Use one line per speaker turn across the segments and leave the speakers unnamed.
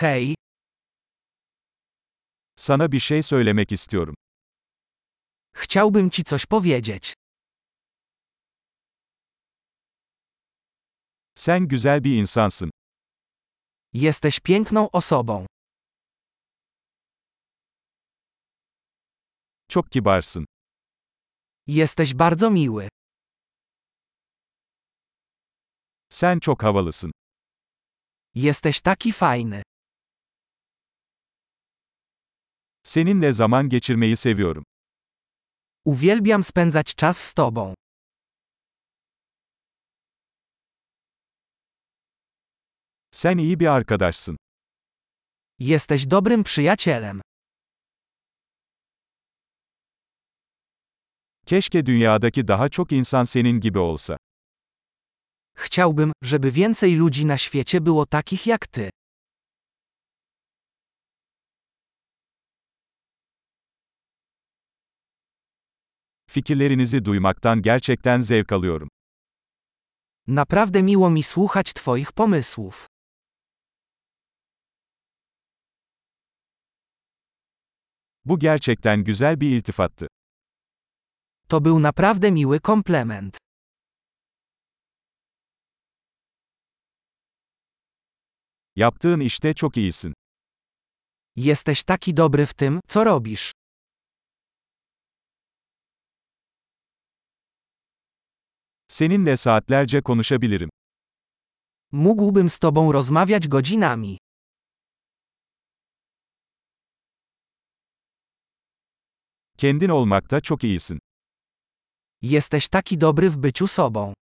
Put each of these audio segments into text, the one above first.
Hej,
Sana bir şey söylemek istiyorum.
chciałbym ci coś powiedzieć.
Sen güzel bir insansın.
Jesteś piękną osobą.
Çok kibarsın.
Jesteś bardzo miły.
Sen çok havalısın.
Jesteś taki fajny.
Seninle zaman geçirmeyi seviyorum.
Uwielbiam spędzać czas z tobą.
Sen iyi bir arkadaşsın.
Jesteś dobrym przyjacielem.
Keşke dünyadaki daha çok insan senin gibi olsa.
Chciałbym, żeby więcej ludzi na świecie było takich jak ty.
Fikirlerinizi duymaktan gerçekten zevk alıyorum.
Naprawdę miło mi słuchać twoich pomysłów.
Bu gerçekten güzel bir iltifattı.
To był naprawdę miły komplement.
Yaptığın işte çok iyisin.
Jesteś taki dobry w tym, co robisz.
Seninle saatlerce konuşabilirim.
Mógłbym z tobą rozmawiać godzinami.
Kendin olmakta çok iyisin.
Jesteś taki dobry w byciu sobą.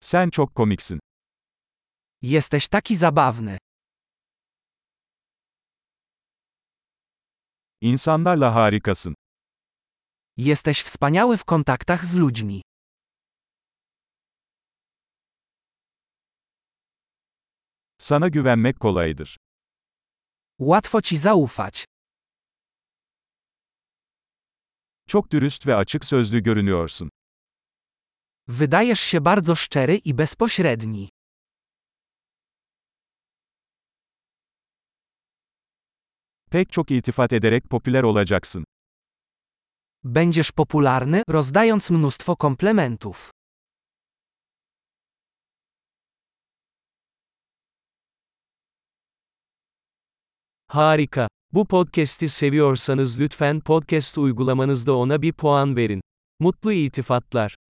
Sen çok komiksin.
Jesteś taki zabawny.
İnsanlarla harikasın.
Jesteś wspaniały w kontaktach z ludźmi.
Sana güvenmek kolaydır.
Łatwo ci zaufać.
Çok dürüst ve açık sözlü görünüyorsun.
Wydajesz się bardzo szczery i bezpośredni.
Pek çok iltifat ederek popüler olacaksın.
Będziesz popularny, rozdając mnóstwo komplementów.
Harika. Bu podcast'i seviyorsanız lütfen podcast uygulamanızda ona bir puan verin. Mutlu iltifatlar.